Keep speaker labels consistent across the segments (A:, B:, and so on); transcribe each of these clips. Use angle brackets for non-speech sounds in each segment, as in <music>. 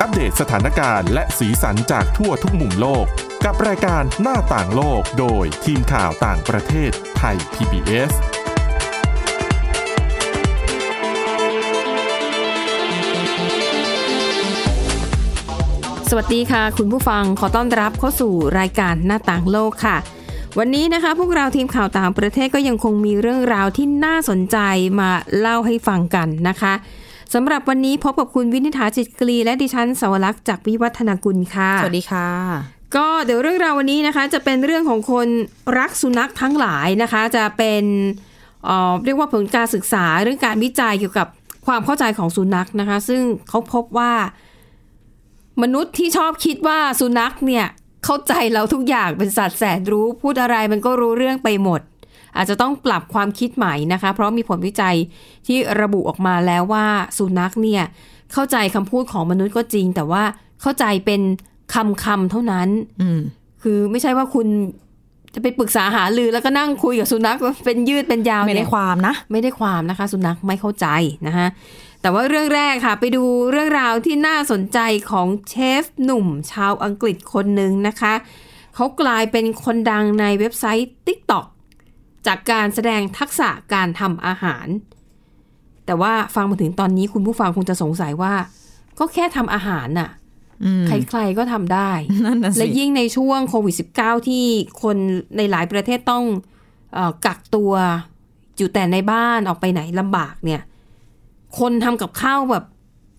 A: อัปเดตสถานการณ์และสีสันจากทั่วทุกมุมโลก กับรายการหน้าต่างโลกโดยทีมข่าวต่างประเทศไทย PBS
B: สวัสดีค่ะ คุณผู้ฟังขอต้อนรับเข้าสู่รายการหน้าต่างโลกค่ะ วันนี้นะคะ พวกเราทีมข่าวต่างประเทศก็ยังคงมีเรื่องราวที่น่าสนใจมาเล่าให้ฟังกันนะคะสำหรับวันนี้พบกับคุณวินิษฐาจิตกรี และดิฉันสวรักษ์จากวิวัฒนากุลค่ะ
C: สวัสดีค่ะ
B: ก็เดี๋ยวเรื่องราววันนี้นะคะ จะเป็นเรื่องของคนรักสุนัขทั้งหลายนะคะ จะเป็นเอ่อเรียกว่าผลการศึกษาเรื่องการวิจัยเกี่ยวกับความเข้าใจของสุนัขนะคะ ซึ่งเขาพบว่า มนุษย์ที่ชอบคิดว่าสุนัขเนี่ยเข้าใจเราทุกอย่างเป็นสัตว์แสนรู้ พูดอะไรมันก็รู้เรื่องไปหมด อาจจะต้องปรับความคิดใหม่นะคะ เพราะมีผลวิจัยที่ระบุออกมาแล้วว่าสุนัขเนี่ยเข้าใจคำพูดของมนุษย์ก็จริง แต่ว่าเข้าใจเป็นคำคำๆเท่านั้น
C: อืม
B: คือไม่ใช่ว่าคุณจะไปปรึกษาหารือแล้วก็นั่งคุยกับสุนัขว่าเป็นยืดเป็นยาว
C: ไม่
B: เนี่
C: ได้
B: ย
C: ความนะ
B: ไม่ได้ความนะคะสุนัขไม่เข้าใจนะคะแต่ว่าเรื่องแรกค่ะ ไปดูเรื่องราวที่น่าสนใจของเชฟหนุ่มชาวอังกฤษคนหนึ่งนะคะเขากลายเป็นคนดังในเว็บไซต์ TikTok จากการแสดงทักษะการทำอาหาร แต่ว่าฟังมาถึงตอนนี้คุณผู้ฟังคงจะสงสัยว่า ก็แค่ทำอาหารน่ะ
C: อืม
B: ใครๆก็ทำได้
C: นั่นน่ะสิ
B: และยิ่งในช่วงโควิด -19 ที่คนในหลายประเทศต้องเออกักตัวอยู่แต่ในบ้านออกไปไหนลำบากเนี่ย คนทำกับข้าวแบบ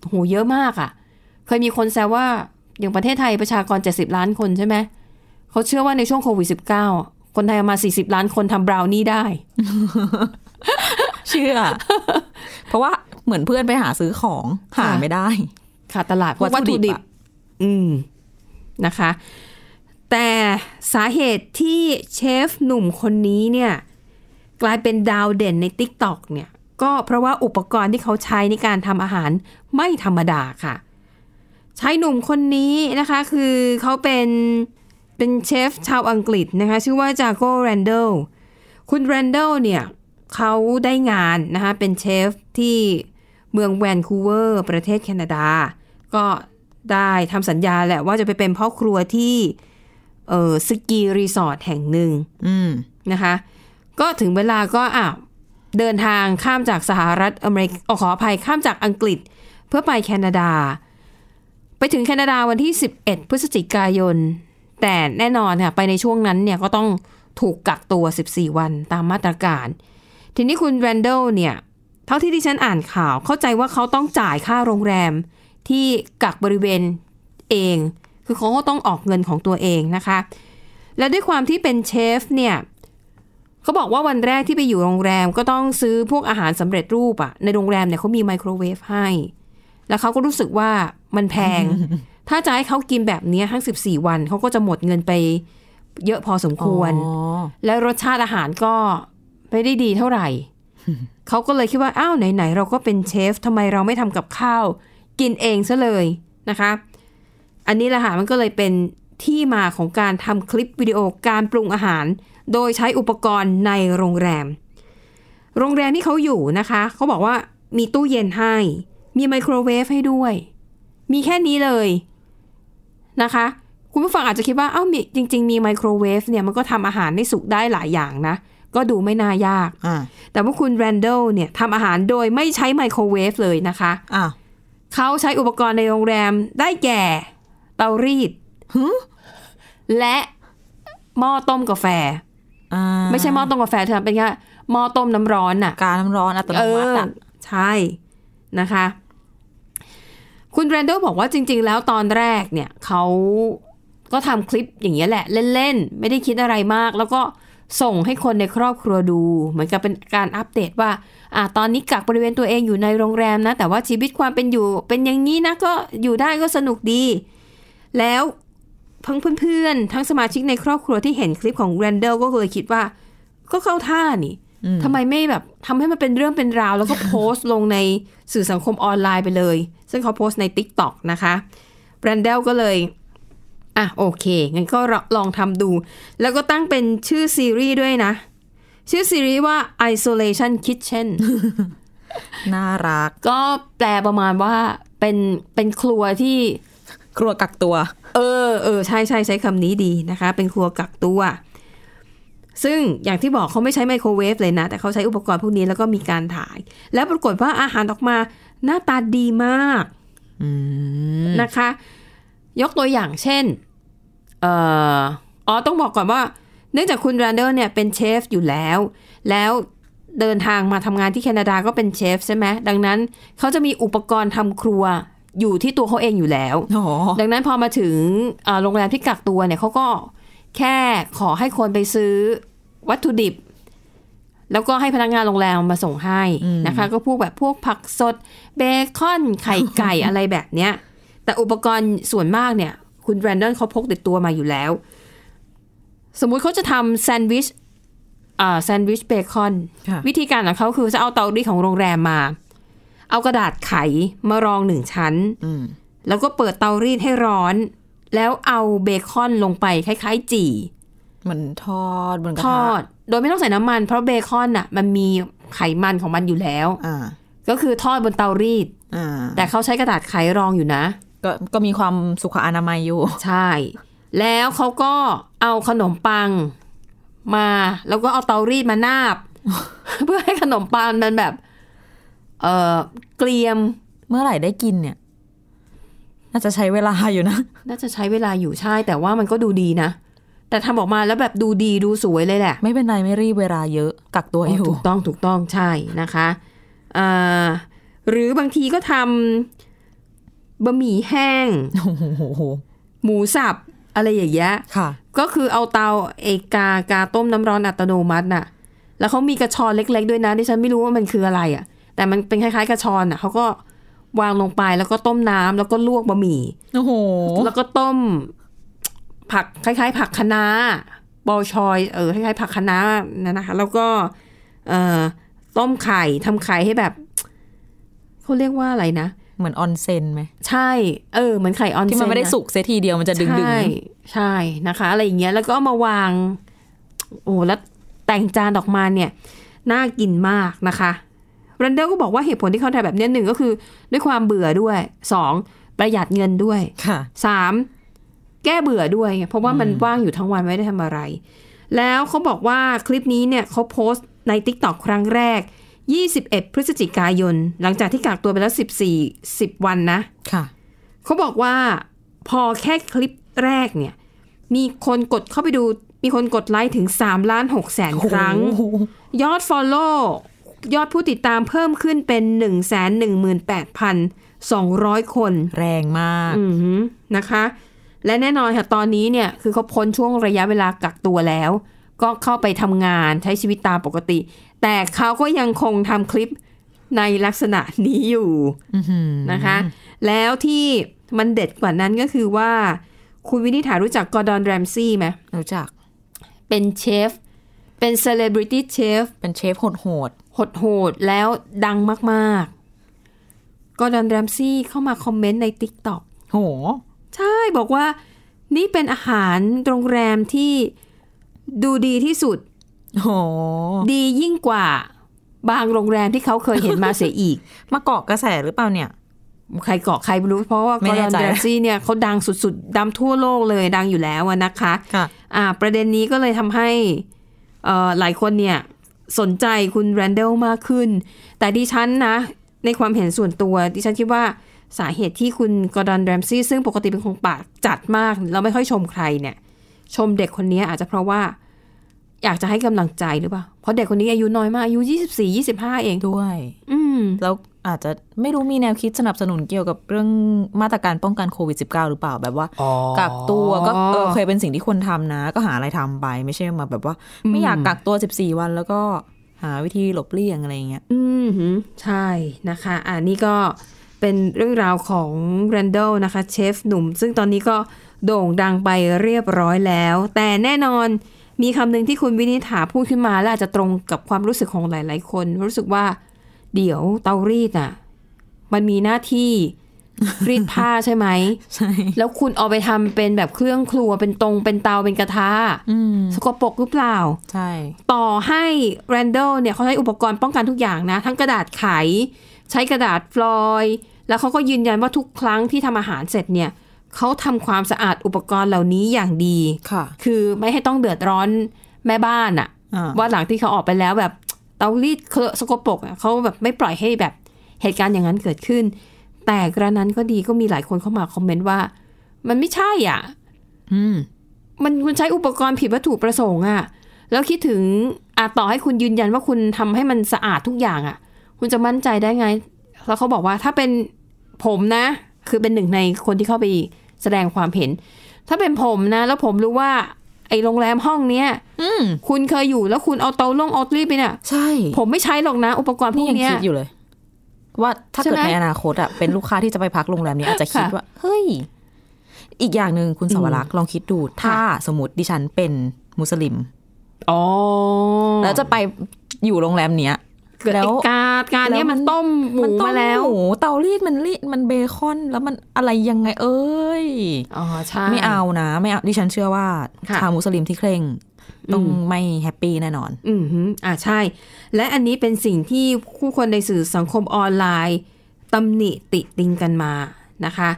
B: โหเยอะมากอะ่ะ เคยมีคนแซวว่าอย่างประเทศไทยประชากร 70 ล้านคนใช่ไหมเขาเชื่อว่าในช่วงโควิด -19 คนไทยเอามา 40 ล้านคนทำบราวนี่ได้
C: เชื่อ <laughs> เพราะว่าเหมือนเพื่อนไปหาซื้อของ
B: ค่ะ
C: หาไม่ได้
B: ขาดตลาดพวก
C: วั
B: วัต
C: ตถุ
B: ถุ
C: ดิ
B: ดิ
C: บบ อะ
B: อืม นะคะ แต่สาเหตุที่เชฟหนุ่มคนนี้เนี่ย กลายเป็นดาวเด่นใน TikTok เนี่ย ก็เพราะว่าอุปกรณ์ที่เขาใช้ในการทำอาหารไม่ธรรมดาค่ะ ชายหนุ่มคนนี้นะคะคือเขาเป็นเป็นเชฟชาวอังกฤษนะคะ ชื่อว่าจากโกแรนเดล คุณแรนเดลเนี่ยเขาได้งานนะคะเป็นเชฟที่เมืองแวนคูเวอร์ ประเทศแคนาดา ก็ได้ทำสัญญาแหละว่าจะไปเป็นพ่อครัวที่เออสกีรีสอร์ทแห่งหนึ่ง
C: อืม
B: นะคะก็ถึงเวลาก็อ่ะเดินทางข้ามจากสหรัฐอเมริกาขออภัยข้ามจากอังกฤษเพื่อไปแคนาดา ไปถึงแคนาดาวันที่ 11 พฤศจิกายน แต่แน่นอนค่ะ ไปในช่วงนั้นเนี่ยก็ต้องถูกกักตัว 14 วันตามมาตรการ ทีนี้คุณแรนเดลเนี่ย เท่าที่ดิฉันอ่านข่าวเข้าใจว่าเขาต้องจ่ายค่าโรงแรมที่กักบริเวณเอง คือเขาก็ต้องออกเงินของตัวเองนะคะ และด้วยความที่เป็นเชฟเนี่ย เขาบอกว่าวันแรกที่ไปอยู่โรงแรมก็ต้องซื้อพวกอาหารสำเร็จรูปอะในโรงแรมเนี่ยเขามีไมโครเวฟให้ แล้วเขาก็รู้สึกว่ามันแพง ถ้าจะให้เขากินแบบเนี้ยทั้ง 14 วันเขาก็จะหมดเงินไปเยอะพอสมควร
C: อ๋อ
B: และรสชาติอาหารก็ไม่ได้ดีเท่าไหร่ เขาก็เลยคิดว่า อ้าว ไหน ๆ เราก็เป็นเชฟทำไมเราไม่ทำกับข้าว กินเองซะเลยนะคะ อันนี้แหละค่ะมันก็เลยเป็นที่มาของการทำคลิปวิดีโอการปรุงอาหาร โดยใช้อุปกรณ์ในโรงแรม โรงแรมที่เขาอยู่นะคะ เขาบอกว่ามีตู้เย็นให้ มีไมโครเวฟให้ด้วย มีแค่นี้เลยนะคะ คุณผู้ฟังอาจจะคิดว่าเอ้ามีจริง ๆ มีไมโครเวฟเนี่ยมันก็ทำอาหารได้สุกได้หลายอย่างนะ ก็ดูไม่น่ายาก
C: อ่า
B: แต่ว่าคุณแรนเดลเนี่ยทำอาหารโดยไม่ใช้ไมโครเวฟเลยนะคะ
C: อ่ะ
B: เขาใช้อุปกรณ์ในโรงแรมได้แก่ เตารีดและหม้อต้มกาแฟ
C: อ่า
B: ไม่ใช่หม้อต้มกาแฟเธอเป็นแค่หม้อต้มน้ำร้อนน่ะ
C: การน้ำร้อนอัตโนมัติอะ
B: เออใช่นะคะ คุณแรนโดลบอกว่าจริง ๆ แล้วตอนแรกเนี่ยเขาก็ทำคลิปอย่างเงี้ยแหละ เล่น ๆ ไม่ได้คิดอะไรมาก แล้วก็ส่งให้คนในครอบครัวดู เหมือนกับเป็นการอัปเดตว่าอ่ะตอนนี้กักบริเวณตัวเองอยู่ในโรงแรมนะ แต่ว่าชีวิตความเป็นอยู่เป็นอย่างนี้นะก็อยู่ได้ก็สนุกดี แล้วเพิ่งเพื่อนๆ ทั้งสมาชิกในครอบครัวที่เห็นคลิปของแรนเดลก็เลยคิดว่า ก็เข้าท่านี่ ทำไมไม่แบบทำให้มันเป็นเรื่องเป็นราว แล้วก็ โพสต์ลงในสื่อสังคมออนไลน์ไปเลย ซึ่งเขาโพสต์ใน TikTok นะคะแบรนเดลก็เลย อ่ะ โอเค งั้นก็ลองทำดู แล้วก็ตั้งเป็นชื่อซีรีส์ด้วยนะ ชื่อซีรีส์ว่า isolation kitchen
C: น่ารัก
B: ก็แปลประมาณว่า เป็นเป็นครัวที่
C: ครัวกักตัว
B: เออเออใช่ใช่ใช้คำนี้ดีนะคะ เป็นครัวกักตัว ซึ่งอย่างที่บอกเขาไม่ใช้ไมโครเวฟเลยนะ แต่เขาใช้อุปกรณ์พวกนี้แล้วก็มีการถ่าย แล้วปรากฏว่าอาหารออกมาหน้าตาดีมากนะคะ ยกตัวอย่างเช่นเอ่ออ๋อต้องบอกก่อนว่า เนื่องจากคุณแรนเดอร์เนี่ยเป็นเชฟอยู่แล้ว แล้วเดินทางมาทำงานที่แคนาดาก็เป็นเชฟใช่ไหมดังนั้นเขาจะมีอุปกรณ์ทำครัวอยู่ที่ตัวเขาเองอยู่แล้ว
C: อ๋อ
B: ดังนั้นพอมาถึงเอ่อโรงแรมที่กักตัวเนี่ยเขาก็แค่ขอให้คนไปซื้อวัตถุดิบ แล้วก็ให้พนักงานโรงแรมมาส่งให้นะคะ ก็พวกแบบพวกผักสด เบคอน ไข่
C: <laughs>
B: ไก่ อะไรแบบเนี้ย แต่อุปกรณ์ส่วนมากเนี่ย คุณแบรนดอนเขาพกติดตัวมาอยู่แล้ว สมมุติเขาจะทำแซนด์วิชอ่าแซนด์วิชเบคอน
C: ค่ะ
B: วิธีการของเขาคือจะเอาเตารีดของโรงแรมมา เอากระดาษไขมารองหนึ่งชั้น
C: อืม
B: แล้วก็เปิดเตารีดให้ร้อน แล้วเอาเบคอนลงไปคล้ายๆ จี่
C: มันทอดบนกระ
B: ท
C: ทะ
B: อด โดยไม่ต้องใส่น้ำมัน เพราะเบคอนน่ะ มันมีไขมันของมันอยู่แล้ว
C: อ่า
B: ก็คือทอดบนเตารีด
C: อ่า
B: แต่เขาใช้กระดาษไขรองอยู่นะ
C: ก็ก็มีความสุขอนามัยอยู่ <laughs>
B: ใช่ แล้วเขาก็เอาขนมปังมา แล้วก็เอาเตารีดมานาบ <laughs> เพื่อให้ขนมปังมันแบบ เออเกรียม
C: เมื่อไหร่ได้กินเนี่ย น่าจะใช้เวลาอยู่นะ <laughs>
B: น่าจะใช้เวลาอยู่ใช่ แต่ว่ามันก็ดูดีนะ แต่ทำออกมาแล้วแบบดูดีดูสวยเลยแหละ
C: ไม่เป็นไรไม่รีบเวลาเยอะ กักตัว
B: อ๋
C: อ
B: อยู่ ถูกต้องถูกต้องใช่นะคะอ่าหรือบางทีก็ทำบะหมี่แห้ง
C: โอ้โห
B: หมูสับ อะไรอย่างเงี้ย
C: ค่ะ
B: ก็คือเอาเตาเอกากาต้มน้ำร้อนอัตโนมัติน่ะ แล้วเขามีกระชอนเล็ก ๆ ด้วยนะที่ฉันไม่รู้ว่ามันคืออะไรอ่ะ แต่มันเป็นคล้ายๆ กระชอนอ่ะเขาก็วางลงไปแล้วก็ต้มน้ำแล้วก็ลวกบะหมี่
C: โอ้โห
B: แล้วก็ต้ม ผักคล้าย ๆ ผักคะน้าบอลชอยเออคล้ายๆผักคะน้านะนะคะ แล้วก็ เอ่อต้มไข่ทำไข่ให้แบบเขาเรียกว่าอะไรนะ
C: เหมือนออนเซนไหม
B: ใช่ เออเหมือนไข่ออนเซ
C: ที่
B: นะ
C: มันไม่ได้สุกเสียทีเดียวมันจะดึงดึง
B: ใช่ใช่นะคะ อะไรอย่างเงี้ยแล้วก็เอามาวาง โอ้แล้วแต่งจานออกมาเนี่ย น่ากินมากนะคะรันเดลก็บอกว่าเหตุผลที่เขาทำแบบเนี้ยหนึ่งก็คือ ด้วยความเบื่อด้วยสองประหยัดเงินด้วย
C: ค่ะ
B: สามแก้เบื่อด้วยไงเพราะว่ามันว่างอยู่ทั้งวันไม่ได้ทำอะไร แล้วเขาบอกว่าคลิปนี้เนี่ยเขาโพสต์ใน TikTok ครั้งแรก 21 พฤศจิกายน หลังจากที่กักตัวไปแล้ว 14 10 วันนะ
C: ค่ะ
B: เขาบอกว่าพอแค่คลิปแรกเนี่ย มีคนกดเข้าไปดู มีคนกดไลค์ถึง3ล้าน6แสนครั้ง
C: โอ้โห
B: ยอด Follow ยอดผู้ติดตามเพิ่มขึ้นเป็น 118,200 คน
C: แรงมาก
B: อือหือนะคะ และแน่นอนค่ะตอนนี้เนี่ยคือเขาพ้นช่วงระยะเวลากักตัวแล้ว ก็เข้าไปทำงานใช้ชีวิตตามปกติ แต่เขาก็ยังคงทำคลิปในลักษณะนี้อยู่
C: อื้อหือ
B: นะคะ แล้วที่มันเด็ดกว่านั้นก็คือว่า คุณวินิฐารู้จักกอร์ดอนแรมซี่ไหม
C: รู้จัก
B: เป็นเชฟ เป็นเซเลบริตี้เชฟ
C: เป็นเชฟโหด
B: หดโหดๆแล้วดังมากๆกอร์ดอนแรมซี่เข้ามาคอมเมนต์ใน TikTok
C: ๆโห
B: ใช่บอกว่านี่เป็นอาหารโรงแรมที่ดูดีที่สุด
C: โห
B: ดียิ่งกว่าบางโรงแรมที่เขาเคยเห็นมาเสียอีก
C: มาเกาะกระแสหรือเปล่าเนี่ย
B: <laughs> ใครเกาะใครไม่รู้เพราะว่ากอ
C: ไม่
B: ร์
C: แน่
B: ดอน
C: ใจ
B: แดนซี่เนี่ยเขาดังสุดๆดังทั่วโลกเลยดังอยู่แล้วอะนะคะ
C: ค่ะ
B: อ่า ประเด็นนี้ก็เลยทำให้เอ่อหลายคนเนี่ยสนใจคุณแรนเดลมากขึ้น แต่ดิฉันนะ ในความเห็นส่วนตัว ดิฉันคิดว่าสาเหตุที่คุณกอร์ดอนแรมซี่ซึ่งปกติเป็นคนปากจัดมาก เราไม่ค่อยชมใครเนี่ย ชมเด็กคนนี้อาจจะเพราะว่า อยากจะให้กำลังใจหรือเปล่า เพราะเด็กคนนี้อายุน้อยมาก อายุ 24 25 เอง
C: ด้วย
B: อืม
C: แล้วอาจจะไม่รู้มีแนวคิดสนับสนุนเกี่ยวกับเรื่องมาตรการป้องกันโควิด -19 หรือเปล่าแบบว่ากักตัวก็เออเคยเป็นสิ่งที่ควรทำนะ ก็หาอะไรทำไปไม่ใช่มาแบบว่า ไม่อยากกักตัว 14 วันแล้วก็หาวิธีหลบเลี่ยงอะไรอย่างเงี้ย
B: อืมหือใช่นะคะ อ่านี่ก็เป็นเรื่องราวของแรนด l ลนะคะเชฟหนุ่ม ซึ่งตอนนี้ก็โด่งดังไปเรียบร้อยแล้ว แต่แน่นอนมีคำหนึ่งที่คุณวินิษฐาพูดขึ้นมาและอาจจะตรงกับความรู้สึกของหลาย ๆ คน รู้สึกว่า เดี๋ยวเตารีดน่ะ มันมีหน้าที่ รีดผ้าใช่ไหม
C: ใช่
B: แล้วคุณเอาไปทำเป็นแบบเครื่องครัวเป็นตรงเป็นเตาเป็นกระทะ
C: อืม
B: สกปรกหรือเปล่า
C: ใช่
B: ต่อให้แรนด l ลเนี่ยเขาใช้อุปกรณ์ป้องกันทุกอย่างนะ ทั้งกระดาษไข ใช้กระดาษฟลอยด์ แล้วเขาก็ยืนยันว่าทุกครั้งที่ทำอาหารเสร็จเนี่ยเขาทำความสะอาดอุปกรณ์เหล่านี้อย่างดี
C: ค่ะ
B: คือไม่ให้ต้องเดือดร้อนแม่บ้านอะ
C: อ่า
B: ว่าหลังที่เขาออกไปแล้วแบบเตารีดเคอะสกปรกอะเขาแบบไม่ปล่อยให้แบบเหตุการณ์อย่างนั้นเกิดขึ้น แต่กระนั้นก็ดีก็มีหลายคนเข้ามาคอมเมนต์ว่า มันไม่ใช่อ่ะ
C: อืม
B: มันคุณใช้อุปกรณ์ผิดวัตถุประสงค์อะแล้วคิดถึงอะต่อให้คุณยืนยันว่าคุณทำให้มันสะอาดทุกอย่างอะคุณจะมั่นใจได้ไง แล้วเขาบอกว่าถ้าเป็นผมนะ คือเป็นหนึ่งในคนที่เข้าไปแสดงความเห็น ถ้าเป็นผมนะ แล้วผมรู้ว่า ไอ้โรงแรมห้องเนี้ย
C: อืม
B: คุณเคยอยู่แล้วคุณเอาเตาลงเอารีดไปเนี่ย
C: ใช่
B: ผมไม่ใช้หรอกนะ อุปกรณ์พว
C: นี่
B: ก
C: ยัง
B: เนี้ย
C: คิดอยู่เลย ว่าถ้า
B: ใช่
C: เกิด
B: ไหม
C: ในอนาคตอ่ะ เป็นลูกค้าที่จะไปพักโรงแรมนี้อาจจะคิด
B: ค่ะ
C: ว่า เฮ้ย <laughs> อีกอย่างหนึ่งคุณสวรักษ์ลองคิดดู ถ้า
B: ค่ะ
C: สมมติดิฉันเป็นมุสลิม
B: อ๋อ
C: แล้วจะไปอยู่โรงแรมเนี้ย
B: เกิดไอ้
C: แล้ว
B: กาการเนี้ย
C: แล้วมั
B: มัน
C: น
B: ต้มหมู
C: นต้
B: มาแล้ว
C: หมูเตารีดมันรีดมันเบคอน แล้วมันอะไรยังไง เอ้ย
B: อ๋อใช่
C: ไม่เอานะไม่เอาดิฉันเชื่อว่า
B: ค่ะ
C: ชาวมุสลิมที่เคร่งต้องไม่แฮปปี้แน่นอน
B: อืมฮึอ่าใช่ และอันนี้เป็นสิ่งที่ผู้คนในสื่อสังคมออนไลน์ตำหนิติติงกันมานะคะ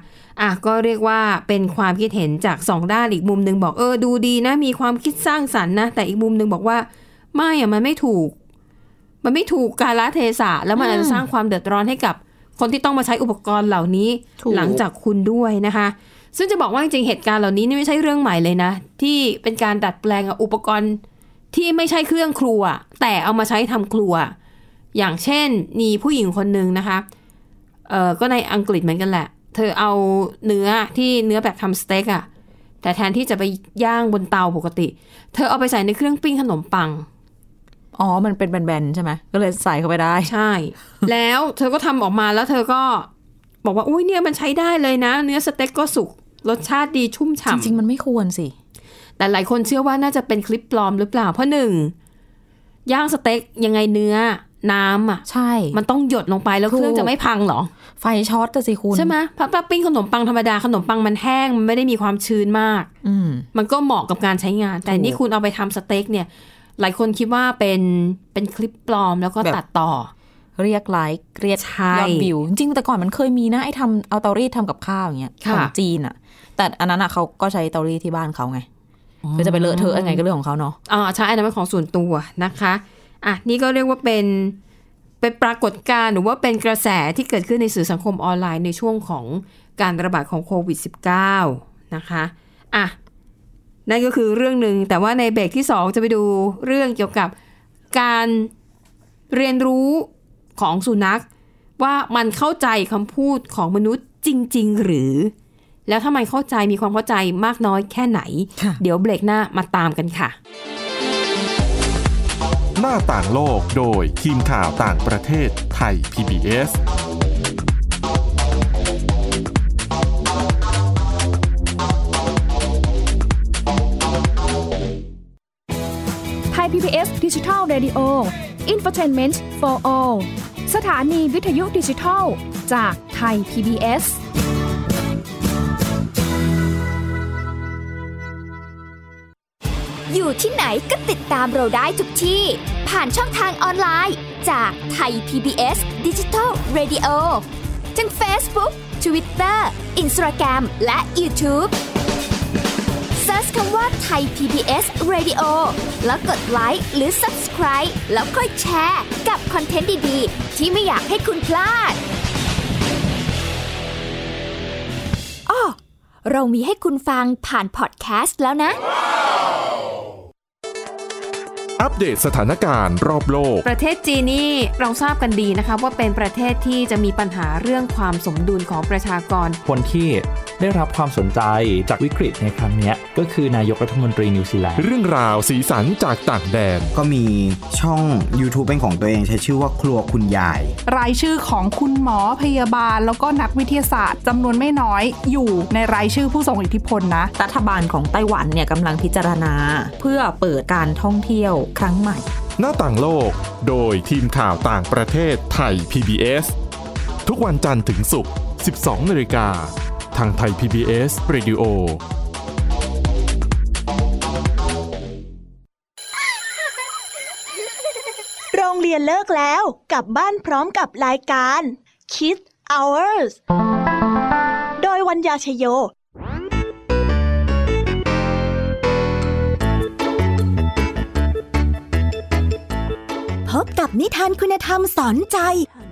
B: อ่ะก็เรียกว่าเป็นความคิดเห็นจากสองด้านอีกมุมหนึ่งบอกเออดูดีนะ มีความคิดสร้างสรรค์นะ แต่อีกมุมหนึ่งบอกว่า ไม่อะมันไม่ถูก มันไม่ถูกกาลเทศะ แล้วมันอาจจะสร้างความเดือดร้อนให้กับ คนที่ต้องมาใช้อุปกรณ์เหล่านี้
C: ถูก
B: หลังจากคุณด้วยนะคะ ซึ่งจะบอกว่าจริงๆเหตุการณ์เหล่านี้นี่ไม่ใช่เรื่องใหม่เลยนะ ที่เป็นการดัดแปลงอุปกรณ์ ที่ไม่ใช่เครื่องครัว แต่เอามาใช้ทำครัว อย่างเช่นมีผู้หญิงคนหนึ่งนะคะเออก็ในอังกฤษเหมือนกันแหละ เธอเอาเนื้อที่เนื้อแบบทำสเต็กอะแต่แทนที่จะไปย่างบนเตาปกติ เธอเอาไปใส่ในเครื่องปิ้งขนมปัง
C: อ๋อ มันเป็นแบนๆใช่ไหมก็เลยใส่เข้าไปได้
B: ใช่ แล้วเธอก็ทำออกมาแล้วเธอก็บอกว่าอุ้ยเนี่ยมันใช้ได้เลยนะ เนื้อสเต็กก็สุกรสชาติดีชุ่ม
C: จ
B: ฉ่ำ
C: ริงๆ มันไม่ควรสิ
B: แต่หลายคนเชื่อว่าน่าจะเป็นคลิปปลอมหรือเปล่า เพราะหนึ่งย่างสเต็กยังไงเนื้อน้ำอ่ะ
C: ใช่
B: มันต้องหยดลงไปแล้ว
C: ถูก
B: เครื่องจะไม่พังเหรอ
C: ไฟช็อตแต่สิคุณ
B: ใช่ไหมพับปิ้งขนมปังธรรมดาขนมปังมันแห้ง มันไม่ได้มีความชื้นมาก
C: อืม
B: มันก็เหมาะกับการใช้งาน แต่นี่คุณเอาไปทำสเต็กเนี่ย หลายคนคิดว่าเป็นเป็นคลิปปลอมแล้วก็
C: แบบ
B: ตัดต่อ
C: เรียกไลค์เรียก
B: ใช่
C: ยอดวิว จริงๆแต่ก่อนมันเคยมีนะ ไอ้ทำเอาเตารีดทำกับข้าวอย่างเงี้ย
B: ค่ะ
C: ของจีนอะแต่อันนั้นอะเขาก็ใช้เตารีดที่บ้านเขาไงคือจะไปเลอะเทอะยังไงก็เรื่องของเขาเนาะ
B: อ่าใช่อันนั้นเป็นของส่วนตัวนะคะอ่ะนี่ก็เรียกว่าเป็นเป็นปรากฏการณ์หรือว่าเป็นกระแสที่เกิดขึ้นในสื่อสังคมออนไลน์ในช่วงของการระบาดของโควิด -19 นะคะอ่ะนั่นก็คือเรื่องหนึ่งแต่ว่าในเบรกที่ 2 จะไปดูเรื่องเกี่ยวกับการเรียนรู้ของสุนัข ว่ามันเข้าใจคำพูดของมนุษย์จริง ๆ หรือ แล้วถ้ามันเข้าใจมีความเข้าใจมากน้อยแค่ไหน เดี๋ยวเบรกหน้ามาตามกันค่ะ
A: หน้าต่างโลกโดยทีมข่าวต่างประเทศไทย PBS
D: ไทย PBS ดิจิทัล Radio Infotainment for All สถานีวิทยุดิจิทัล จากไทย PBS
E: อยู่ที่ไหนก็ติดตามเราได้ทุกที่ ผ่านช่องทางออนไลน์ จากไทย PBS Digital Radio ทั้ง Facebook Twitter Instagram และ YouTube Search คำว่าไทย PBS Radio แล้วกดไลค์หรือ Subscribe แล้วค่อยแชร์ กับคอนเทนต์ดี ๆ ที่ไม่อยากให้คุณพลาดอ้อเรามีให้คุณฟังผ่านพอดแคสต์แล้วนะ
A: อัปเดตสถานการณ์รอบโลก
B: ประเทศจีนนี่เราทราบกันดีนะคะว่าเป็นประเทศที่จะมีปัญหาเรื่องความสมดุลของประชากร
F: คนที่ได้รับความสนใจจากวิกฤตในครั้งเนี้ยก็คือนายกรัฐมนตรีนิวซีแลนด์
A: เรื่องราวสีสันจากต่างแดน
G: ก็มีช่อง YouTube เป็นของตัวเองใช้ชื่อว่าครัวคุณยาย
H: รายชื่อของคุณหมอพยาบาล แล้วก็นักวิทยาศาสตร์จำนวนไม่น้อยอยู่ในรายชื่อผู้ทรงอิทธิพลนะ
C: รัฐบาลของไต้หวันเนี่ยกำลังพิจารณา เพื่อเปิดการท่องเที่ยวครั้งใหม่
A: หน้าต่างโลก โดยทีมข่าวต่างประเทศไทย PBS ทุกวันจันทร์ถึงศุกร์ 12นาฬิกา ทางไทย PBS Radio
I: โรงเรียนเลิกแล้วกลับบ้านพร้อมกับรายการ Kids hours โดยวัญญาชยโย
J: พบกับนิทานคุณธรรมสอนใจ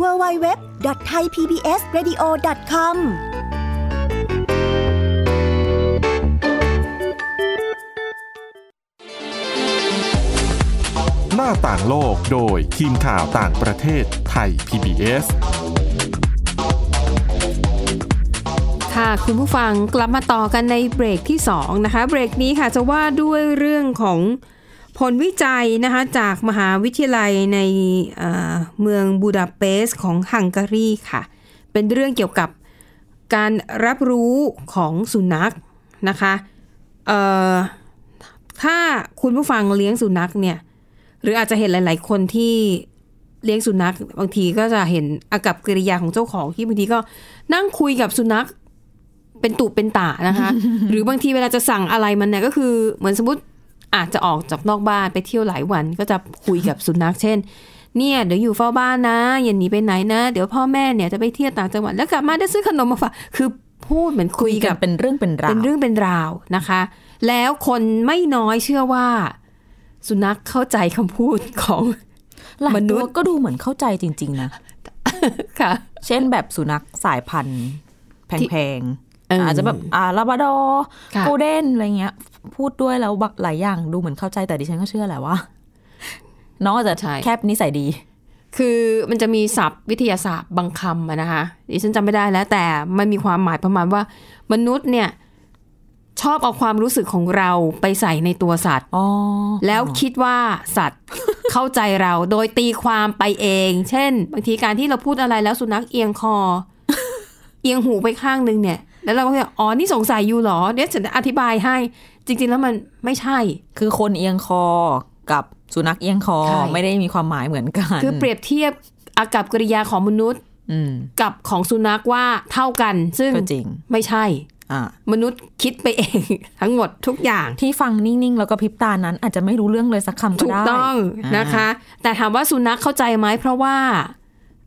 J: www.thaipbsradio.com
A: หน้าต่างโลกโดยทีมข่าวต่างประเทศไทย PBS
B: ค่ะคุณผู้ฟังกลับมาต่อกันในเบรกที่ 2 นะคะ เบรกนี้ค่ะจะว่าด้วยเรื่องของผลวิจัยนะคะจากมหาวิทยาลัยในเอ่อเมืองบูดาเปสต์ของฮังการีค่ะ เป็นเรื่องเกี่ยวกับการรับรู้ของสุนัขนะคะเอ่อถ้าคุณผู้ฟังเลี้ยงสุนัขเนี่ย หรืออาจจะเห็นหลาย ๆ คนที่เลี้ยงสุนัขบางทีก็จะเห็นอากับกิริยาของเจ้าของที่บางทีก็นั่งคุยกับสุนัข เป็นตุเป็นตานะคะ <laughs> หรือบางทีเวลาจะสั่งอะไรมันเนี่ยก็คือเหมือนสมมติอาจจะออกจากนอกบ้านไปเที่ยวหลายวันก็จะคุยกับสุนัขเช่น เนี่ยเดี๋ยวอยู่เฝ้าบ้านนะอย่าหนีไปไหนนะ เดี๋ยวพ่อแม่เนี่ยจะไปเที่ยวต่างจังหวัดแล้วกลับมาได้ซื้อขนมมาฝากคือพูดเหมือนคุยกับ
C: เป็นเรื่องเป็นราว
B: เป็นเรื่องเป็นราวนะคะ แล้วคนไม่น้อยเชื่อว่า สุนัขเข้าใจคำพูดของ <laughs>
C: หลาย
B: มนุ
C: ตั
B: ษ
C: ว
B: ย์
C: ก็ดูเหมือนเข้าใจจริง ๆ นะ
B: ค่ะ
C: เช่นแบบสุนัขสายพันธุ์แพง
B: เออ
C: ๆ
B: อ
C: อาจจะแบบอ่าลาบราดอร์
B: ค่ะ
C: โกลเด้นอะไรเงี้ย พูดด้วยแล้วหลายอย่างดูเหมือนเข้าใจแต่ดิฉันก็เชื่อแหละว่า <laughs> น้องอาจจะแคบนิสัยดี
B: คือมันจะมีศัพท์วิทยาศาสตร์บางคำอะนะคะดิฉันจำไม่ได้แล้ว แต่มันมีความหมายประมาณว่า มนุษย์เนี่ยชอบเอาความรู้สึกของเราไปใส่ในตัวสัตว์
C: อ๋อ
B: แล้วคิดว่าสั
C: <laughs>
B: ตว์ เข้าใจเราโดยตีความไปเอง เช่น บางทีการที่เราพูดอะไรแล้วสุนัขเอียงค
C: <laughs>
B: อ เอียงหูไปข้างนึงเนี่ย แล้วเราก็จะอ๋อนี่สงสัยอยู่เหรอเดี๋ยวฉันจะอธิบายให้ จริง ๆ แล้วมันไม่ใช่
C: คือคนเอียงคอกับสุนัขเอียงคอ
B: ใช่
C: ไม่ได้มีความหมายเหมือนกัน
B: คือเปรียบเทียบอากับกิริยาของมนุษย์
C: อืม
B: กับของสุนัขว่าเท่ากัน ซึ่ง
C: ก็จริง
B: ไม่ใช่
C: อ่า
B: มนุษย์คิดไปเอง <laughs> ทั้งหมดทุกอย่าง
C: ที่ฟังนิ่ง ๆ แล้วก็พริบตานั้น อาจจะไม่รู้เรื่องเลยสักคำก็
B: ถูก
C: ได้
B: ต้องนะคะ แต่ถามว่าสุนัขเข้าใจไหมเพราะว่า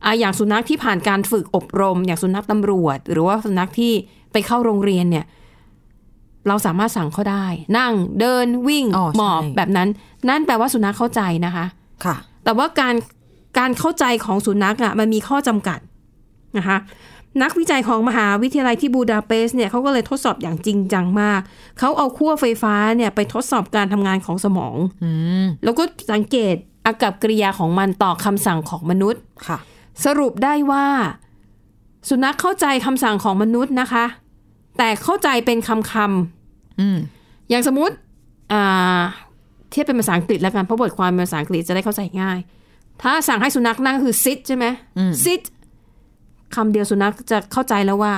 B: อ่ะอย่างสุนัขที่ผ่านการฝึกอบรม อย่างสุนัขตำรวจ หรือว่าสุนัขที่ไปเข้าโรงเรียนเนี่ย เราสามารถสั่งเขาได้ นั่งเดินวิ่ง
C: อ๋อใช่
B: หมอบแบบนั้น นั่นแปลว่าสุนัขเข้าใจนะคะ
C: ค่ะ
B: แต่ว่าการการเข้าใจของสุนัขอ่ะมันมีข้อจำกัดนะคะนักวิจัยของมหาวิทยาลัยที่บูดาเปสต์เนี่ยเขาก็เลยทดสอบอย่างจริงจังมาก เขาเอาขั้วไฟฟ้าเนี่ยไปทดสอบการทำงานของสมอง
C: อืม
B: แล้วก็สังเกตอากับกิริยาของมันต่อคำสั่งของมนุษย์
C: ค่ะ
B: สรุปได้ว่า สุนัขเข้าใจคำสั่งของมนุษย์นะคะ แต่เข้าใจเป็นคำคำๆ
C: อืม
B: อย่างสมมติอ่าเทียบเป็นภาษาอังกฤษแล้วกัน เพราะบทความเป็นภาษาอังกฤษจะได้เข้าใจง่าย ถ้าสั่งให้สุนัขนั่งก็คือ sit ใช่ไหม sit คำเดียวสุนัขจะเข้าใจแล้วว่า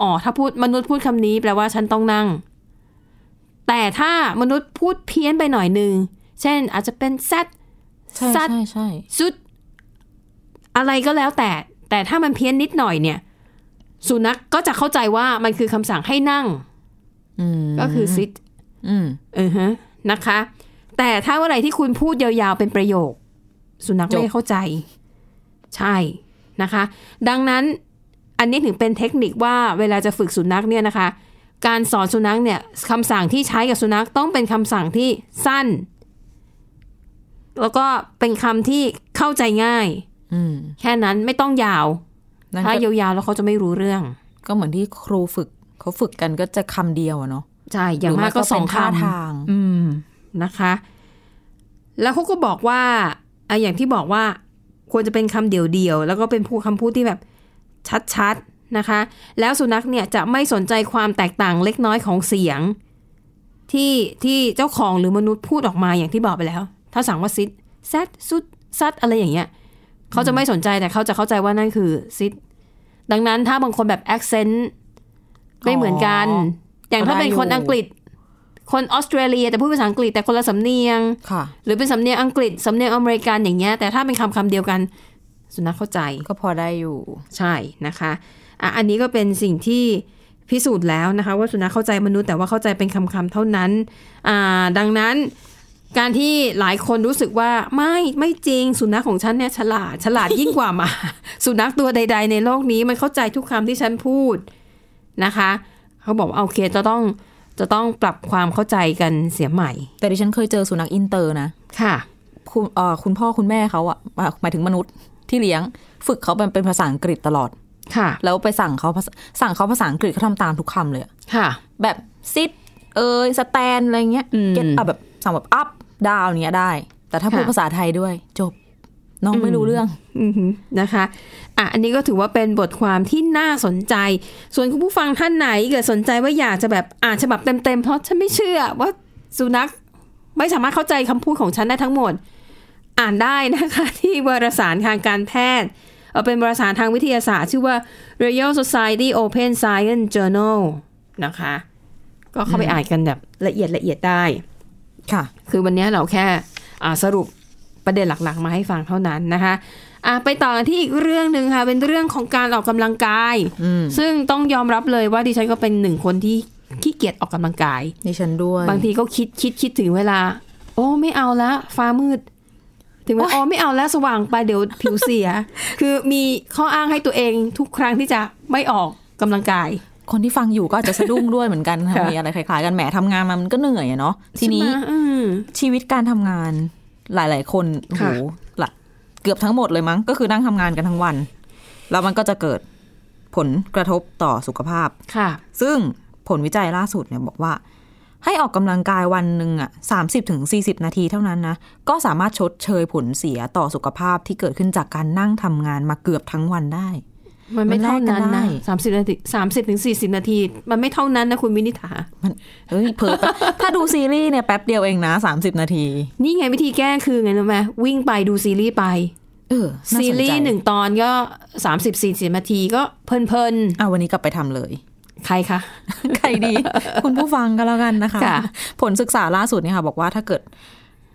B: อ๋อ ถ้าพูดมนุษย์พูดคำนี้แปลว่าฉันต้องนั่ง แต่ถ้ามนุษย์พูดเพี้ยนไปหน่อยหนึ่ง เช่นอาจจะเป็น set
C: ใช่
B: สัตว์
C: ใช่ใช่
B: สุด อะไรก็แล้วแต่ แต่ถ้ามันเพี้ยนนิดหน่อยเนี่ย สุนัขกก็จะเข้าใจว่ามันคือคำสั่งให้นั่ง
C: อืม
B: ก็คือ sit
C: อืม
B: อือฮะนะคะ แต่ถ้าเมื่อไหร่ที่คุณพูดยาวๆเป็นประโยค สุนัข
C: จบ
B: ไม่เข้าใจ ใช่นะคะ ดังนั้นอันนี้ถึงเป็นเทคนิคว่าเวลาจะฝึกสุนัขเนี่ยนะคะ การสอนสุนัขเนี่ยคำสั่งที่ใช้กับสุนัขต้องเป็นคำสั่งที่สั้น แล้วก็เป็นคำที่เข้าใจง่าย
C: อืม
B: แค่นั้นไม่ต้องยาว
C: นั่น
B: ถ้า
C: ก็
B: ยาวๆแล้วเขาจะไม่รู้เรื่อง
C: ก็เหมือนที่ครูฝึก เขาฝึกกันก็จะคำเดียวอะเนาะ
B: ใช่อย่างมากก็
C: หรื
B: สอง
C: ไเป็นท่า
B: คำ
C: ทาง
B: อืมนะคะ แล้วเขาก็บอกว่าอ่ะอย่างที่บอกว่าควรจะเป็นคำเดียวๆ แล้วก็เป็นพูดคำพูดที่แบบชัดๆนะคะ แล้วสุนัขเนี่ยจะไม่สนใจความแตกต่างเล็กน้อยของเสียง ที่ที่เจ้าของหรือมนุษย์พูดออกมาอย่างที่บอกไปแล้ว ถ้าสั่งว่าซิดแซดซุดซัดอะไรอย่างเงี้ยเขาจะไม่สนใจแต่เขาจะเข้าใจว่านั่นคือซิดดังนั้นถ้าบางคนแบบแอคเซนต์ ไม่เหมือนกัน อย่างถ้าเป็นคนอังกฤษ คนออสเตรเลียแต่พูดภาษาอังกฤษแต่คนละสำเนียง
C: ค่ะ
B: หรือเป็นสำเนียงอังกฤษสำเนียงอเมริกันอย่างเงี้ยแต่ถ้าเป็นคำคำเดียวกัน สุนัขเข้าใจ
C: ก็พอได้อยู่
B: ใช่นะคะอ่ะอันนี้ก็เป็นสิ่งที่พิสูจน์แล้วนะคะ ว่าสุนัขเข้าใจมนุษย์แต่ว่าเข้าใจเป็นคำคำๆเท่านั้นอ่าดังนั้นการที่หลายคนรู้สึกว่าไม่ไม่จริงสุนัขของฉันเนี่ยฉลาด ฉลาดยิ่งกว่าหมา <laughs> สุนัขตัวใด ๆ ในโลกนี้มันเข้าใจทุกคำที่ฉันพูดนะคะ เขาบอกว่าโอเคจะต้องจะต้องปรับความเข้าใจกันเสียใหม่
C: แต่ดิฉันเคยเจอสุนัขอินเตอร์นะ
B: ค่ะ
C: คุณเอ่อคุณพ่อคุณแม่เขาอะอ่ะหมายถึงมนุษย์ที่เลี้ยง ฝึกเขาเป็นเป็นภาษาอังกฤษตลอด
B: ค่ะ
C: แล้วไปสั่งเขาภาษาสั่งเขาภาษาอังกฤษเขาทำตามทุกคำเลยอะ
B: ค่ะ
C: แบบซิดเอยสแตนอะไรเงี้ย
B: อืม
C: เก็ตอ่ะแบบสั่งแบบอัพดาวเนี้ยได้ แต่ถ้า
B: ค่ะ
C: พูดภาษาไทยด้วย จบ น้องไม่รู้เรื่อง
B: อือหือนะคะอ่ะอันนี้ก็ถือว่าเป็นบทความที่น่าสนใจ ส่วนคุณผู้ฟังท่านไหนเกิดสนใจว่าอยากจะแบบอ่านฉบับเต็มๆ เพราะฉันไม่เชื่อว่าสุนัขไม่สามารถเข้าใจคำพูดของฉันได้ทั้งหมด อ่านได้นะคะ ที่วารสารทางการแพทย์เอ่อเป็นวารสารทางวิทยาศาสตร์ ชื่อว่า Royal Society Open Science Journal นะคะ ก็เข้าไปอ่านกันแบบละเอียดละเอียดได้
C: ค่ะ
B: คือวันนี้เราแค่อ่าสรุปประเด็นหลักๆ มาให้ฟังเท่านั้นนะคะอ่ะไปต่อกันที่อีกเรื่องหนึ่งค่ะ เป็นเรื่องของการออกกำลังกาย
C: อืม
B: ซึ่งต้องยอมรับเลยว่าดิฉันก็เป็นหนึ่งคนที่ขี้เกียจออกกำลังกาย
C: ดิฉันด้วย
B: บางทีก็คิดคิดคิดถึงเวลา โอ้ไม่เอาละฟ้ามืด ถึงว่าอ๋อไม่เอาแล้วสว่างไปเดี๋ยวผิวเสีย <laughs> คือมีข้ออ้างให้ตัวเองทุกครั้งที่จะไม่ออกกำลังกาย
C: คนที่ฟังอยู่ก็อาจจะสะดุ้งด้วยเหมือนกันค่ะ
B: ค่ะ
C: มีอะไรคล้ายๆกันแหมทำงานมามันก็เหนื่อยอะเนาะทีนี้
B: ใช่ไหมอืม
C: ชีวิตการทำงานหลาย ๆ คนโอ้โห
B: ค่ะ
C: ละเกือบทั้งหมดเลยมั้ง ก็คือนั่งทำงานกันทั้งวัน แล้วมันก็จะเกิดผลกระทบต่อสุขภาพ
B: ค่ะ
C: ซึ่งผลวิจัยล่าสุดเนี่ยบอกว่า ให้ออกกำลังกายวันหนึ่งอ่ะสามสิบถึงสี่สิบนาทีเท่านั้นนะ ก็สามารถชดเชยผลเสียต่อสุขภาพที่เกิดขึ้นจากการนั่งทำงานมาเกือบทั้งวันได้
B: มันไม่
C: มันแล
B: เท่าก
C: กัน
B: นั้น
C: ได้
B: นะสามสิบนาทีสามสิบถึงสี่สิบนาที มันไม่เท่านั้นนะคุณวินิษฐา
C: เฮ้ยเผลอ <laughs> แป๊บ ถ้าดูซีรีส์เนี่ยแป๊บเดียวเองนะสามสิบนาที
B: นี่ไงวิธีแก้คือไงรู้ไหมวิ่งไปดูซีรีส์ไป
C: เออน่าสนใจ
B: ซีรีส์หนึ่งตอนก็สามสิบสี่สิบนาทีก็เพลิน
C: อ่ะวันนี้กลับไปทำเลย
B: ๆ ใครคะ
C: <laughs> ใครดี คุณผู้ฟังก็แล้วกันนะคะ
B: ค่ะ
C: ผลศึกษาล่าสุดเนี่ยค่ะบอกว่าถ้าเกิด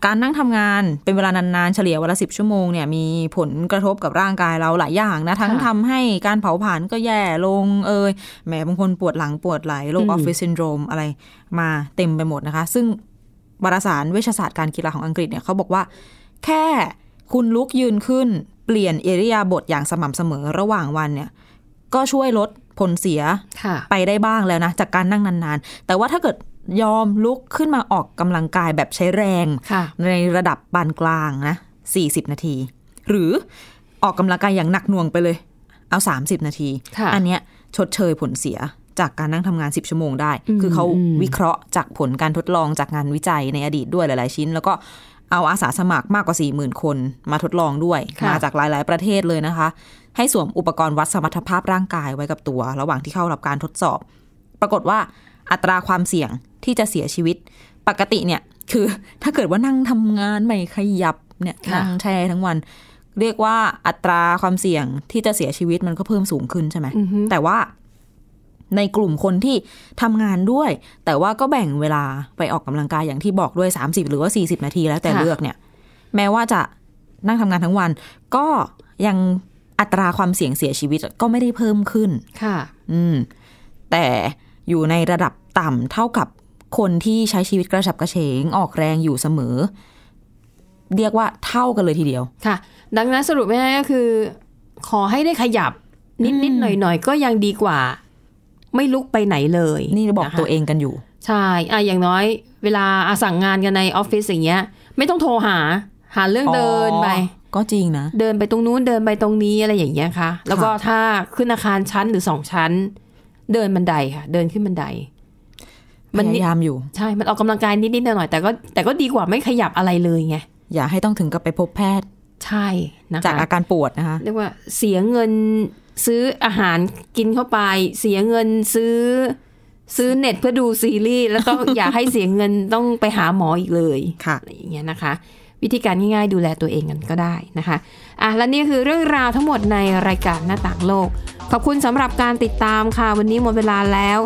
C: การนั่งทำงานเป็นเวลานานๆ เฉลี่ยวันละสิบชั่วโมงเนี่ยมีผลกระทบกับร่างกายเราหลายอย่างนะ ทั้งทำให้การเผาผลาญก็แย่ลงเอยแหมบางคนปวดหลังปวดไหลโรคออฟฟิศซินโดรมอะไรมาเต็มไปหมดนะคะ ซึ่งวารสารเวชศาสตร์การกีฬาของอังกฤษเนี่ยเขาบอกว่า แค่คุณลุกยืนขึ้น เปลี่ยนเอริยาบทอย่างสม่ำเสมอระหว่างวันเนี่ย ก็ช่วยลดผลเสีย
B: ค่ะ
C: ไปได้บ้างแล้วนะ จากการนั่งนานๆ แต่ว่าถ้าเกิดยอมลุกขึ้นมาออกกำลังกายแบบใช้แรง
B: ค่ะ
C: ในระดับปานกลางนะ 40 นาที หรือออกกำลังกายอย่างหนักหน่วงไปเลย เอา 30 นาที
B: ค่ะ
C: อันเนี้ยชดเชยผลเสียจากการนั่งทำงาน 10 ชั่วโมงได้ คือเขาวิเคราะห์จากผลการทดลองจากงานวิจัยในอดีตด้วยหลาย ๆ ชิ้น แล้วก็เอาอาสาสมัครมากกว่า 40,000 คนมาทดลองด้วย
B: ค่ะ
C: มาจากหลาย ๆ ประเทศเลยนะคะ ให้สวมอุปกรณ์วัดสมรรถภาพร่างกายไว้กับตัว ระหว่างที่เข้ารับการทดสอบ ปรากฏว่าอัตราความเสี่ยงที่จะเสียชีวิต ปกติเนี่ย คือ <laughs> ถ้าเกิดว่านั่งทำงานไม่ขยับเนี่ย
B: ค่ะ
C: นั่งแช่ทั้งวัน เรียกว่าอัตราความเสี่ยงที่จะเสียชีวิตมันก็เพิ่มสูงขึ้นใช่ไหม
B: อือฮึ
C: แต่ว่าในกลุ่มคนที่ทำงานด้วย แต่ว่าก็แบ่งเวลาไปออกกำลังกายอย่างที่บอกด้วย 30 หรือว่า 40 นาทีแล้วแต่เลือกเนี่ย แม้ว่าจะนั่งทำงานทั้งวัน ก็ยังอัตราความเสี่ยงเสียชีวิตก็ไม่ได้เพิ่มขึ้น
B: ค่ะ
C: อืม แต่อยู่ในระดับต่ำเท่ากับคนที่ใช้ชีวิตกระฉับกระเฉง ออกแรงอยู่เสมอ เรียกว่าเท่ากันเลยทีเดียว
B: ค่ะ ดังนั้นสรุปง่ายๆก็คือ ขอให้ได้ขยับนิดๆหน่อยๆ ก็ยังดีกว่า ไม่ลุกไปไหนเลย
C: นี่บอก
B: ะคะ
C: ตัวเองกันอยู่
B: ใช่อ่ะอย่างน้อยเวลาอะสั่งงานกันในออฟฟิศอย่างเงี้ย ไม่ต้องโทรหา หาเรื่องเดินไป
C: อ๋อก็จริงนะ
B: เดินไปตรงนู้นเดินไปตรงนี้อะไรอย่างเงี้ยค่ะ แล้วก็ถ้าขึ้นอาคารชั้นหรือสองชั้น เดินบันไดค่ะ เดินขึ้นบันได
C: พ
B: มันนิด
C: ยายามอยู่
B: ใช่ มันออกกำลังกายนิดๆหน่อยๆแต่ก็แต่ก็ดีกว่าไม่ขยับอะไรเลยไง
C: อย่าให้ต้องถึงกับไปพบแพทย์
B: ใช่นะคะ
C: จากอาการปวดนะคะ
B: เรียกว่าเสียเงินซื้ออาหารกินเข้าไป เสียเงินซื้อ ซื้อเน็ตเพื่อดูซีรีส์แล้วก็ อย่าให้เสียเงินต้องไปหาหมออีกเลย
C: ค่ะ
B: อะไรอย่างเงี้ยนะคะ วิธีการง่ายๆ ดูแลตัวเองกันก็ได้นะคะอ่ะและนี่คือเรื่องราวทั้งหมดในรายการหน้าต่างโลก ขอบคุณสำหรับการติดตามค่ะ วันนี้หมดเวลาแล้ว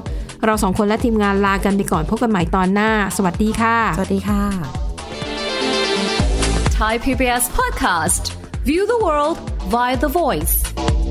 B: เราสองคนและทีมงานลากันไปก่อนพบกันใหม่ตอนหน้า สวัสดีค่ะ
C: สวัสดีค่ะ
E: Thai PBS podcast. View the world via the voice.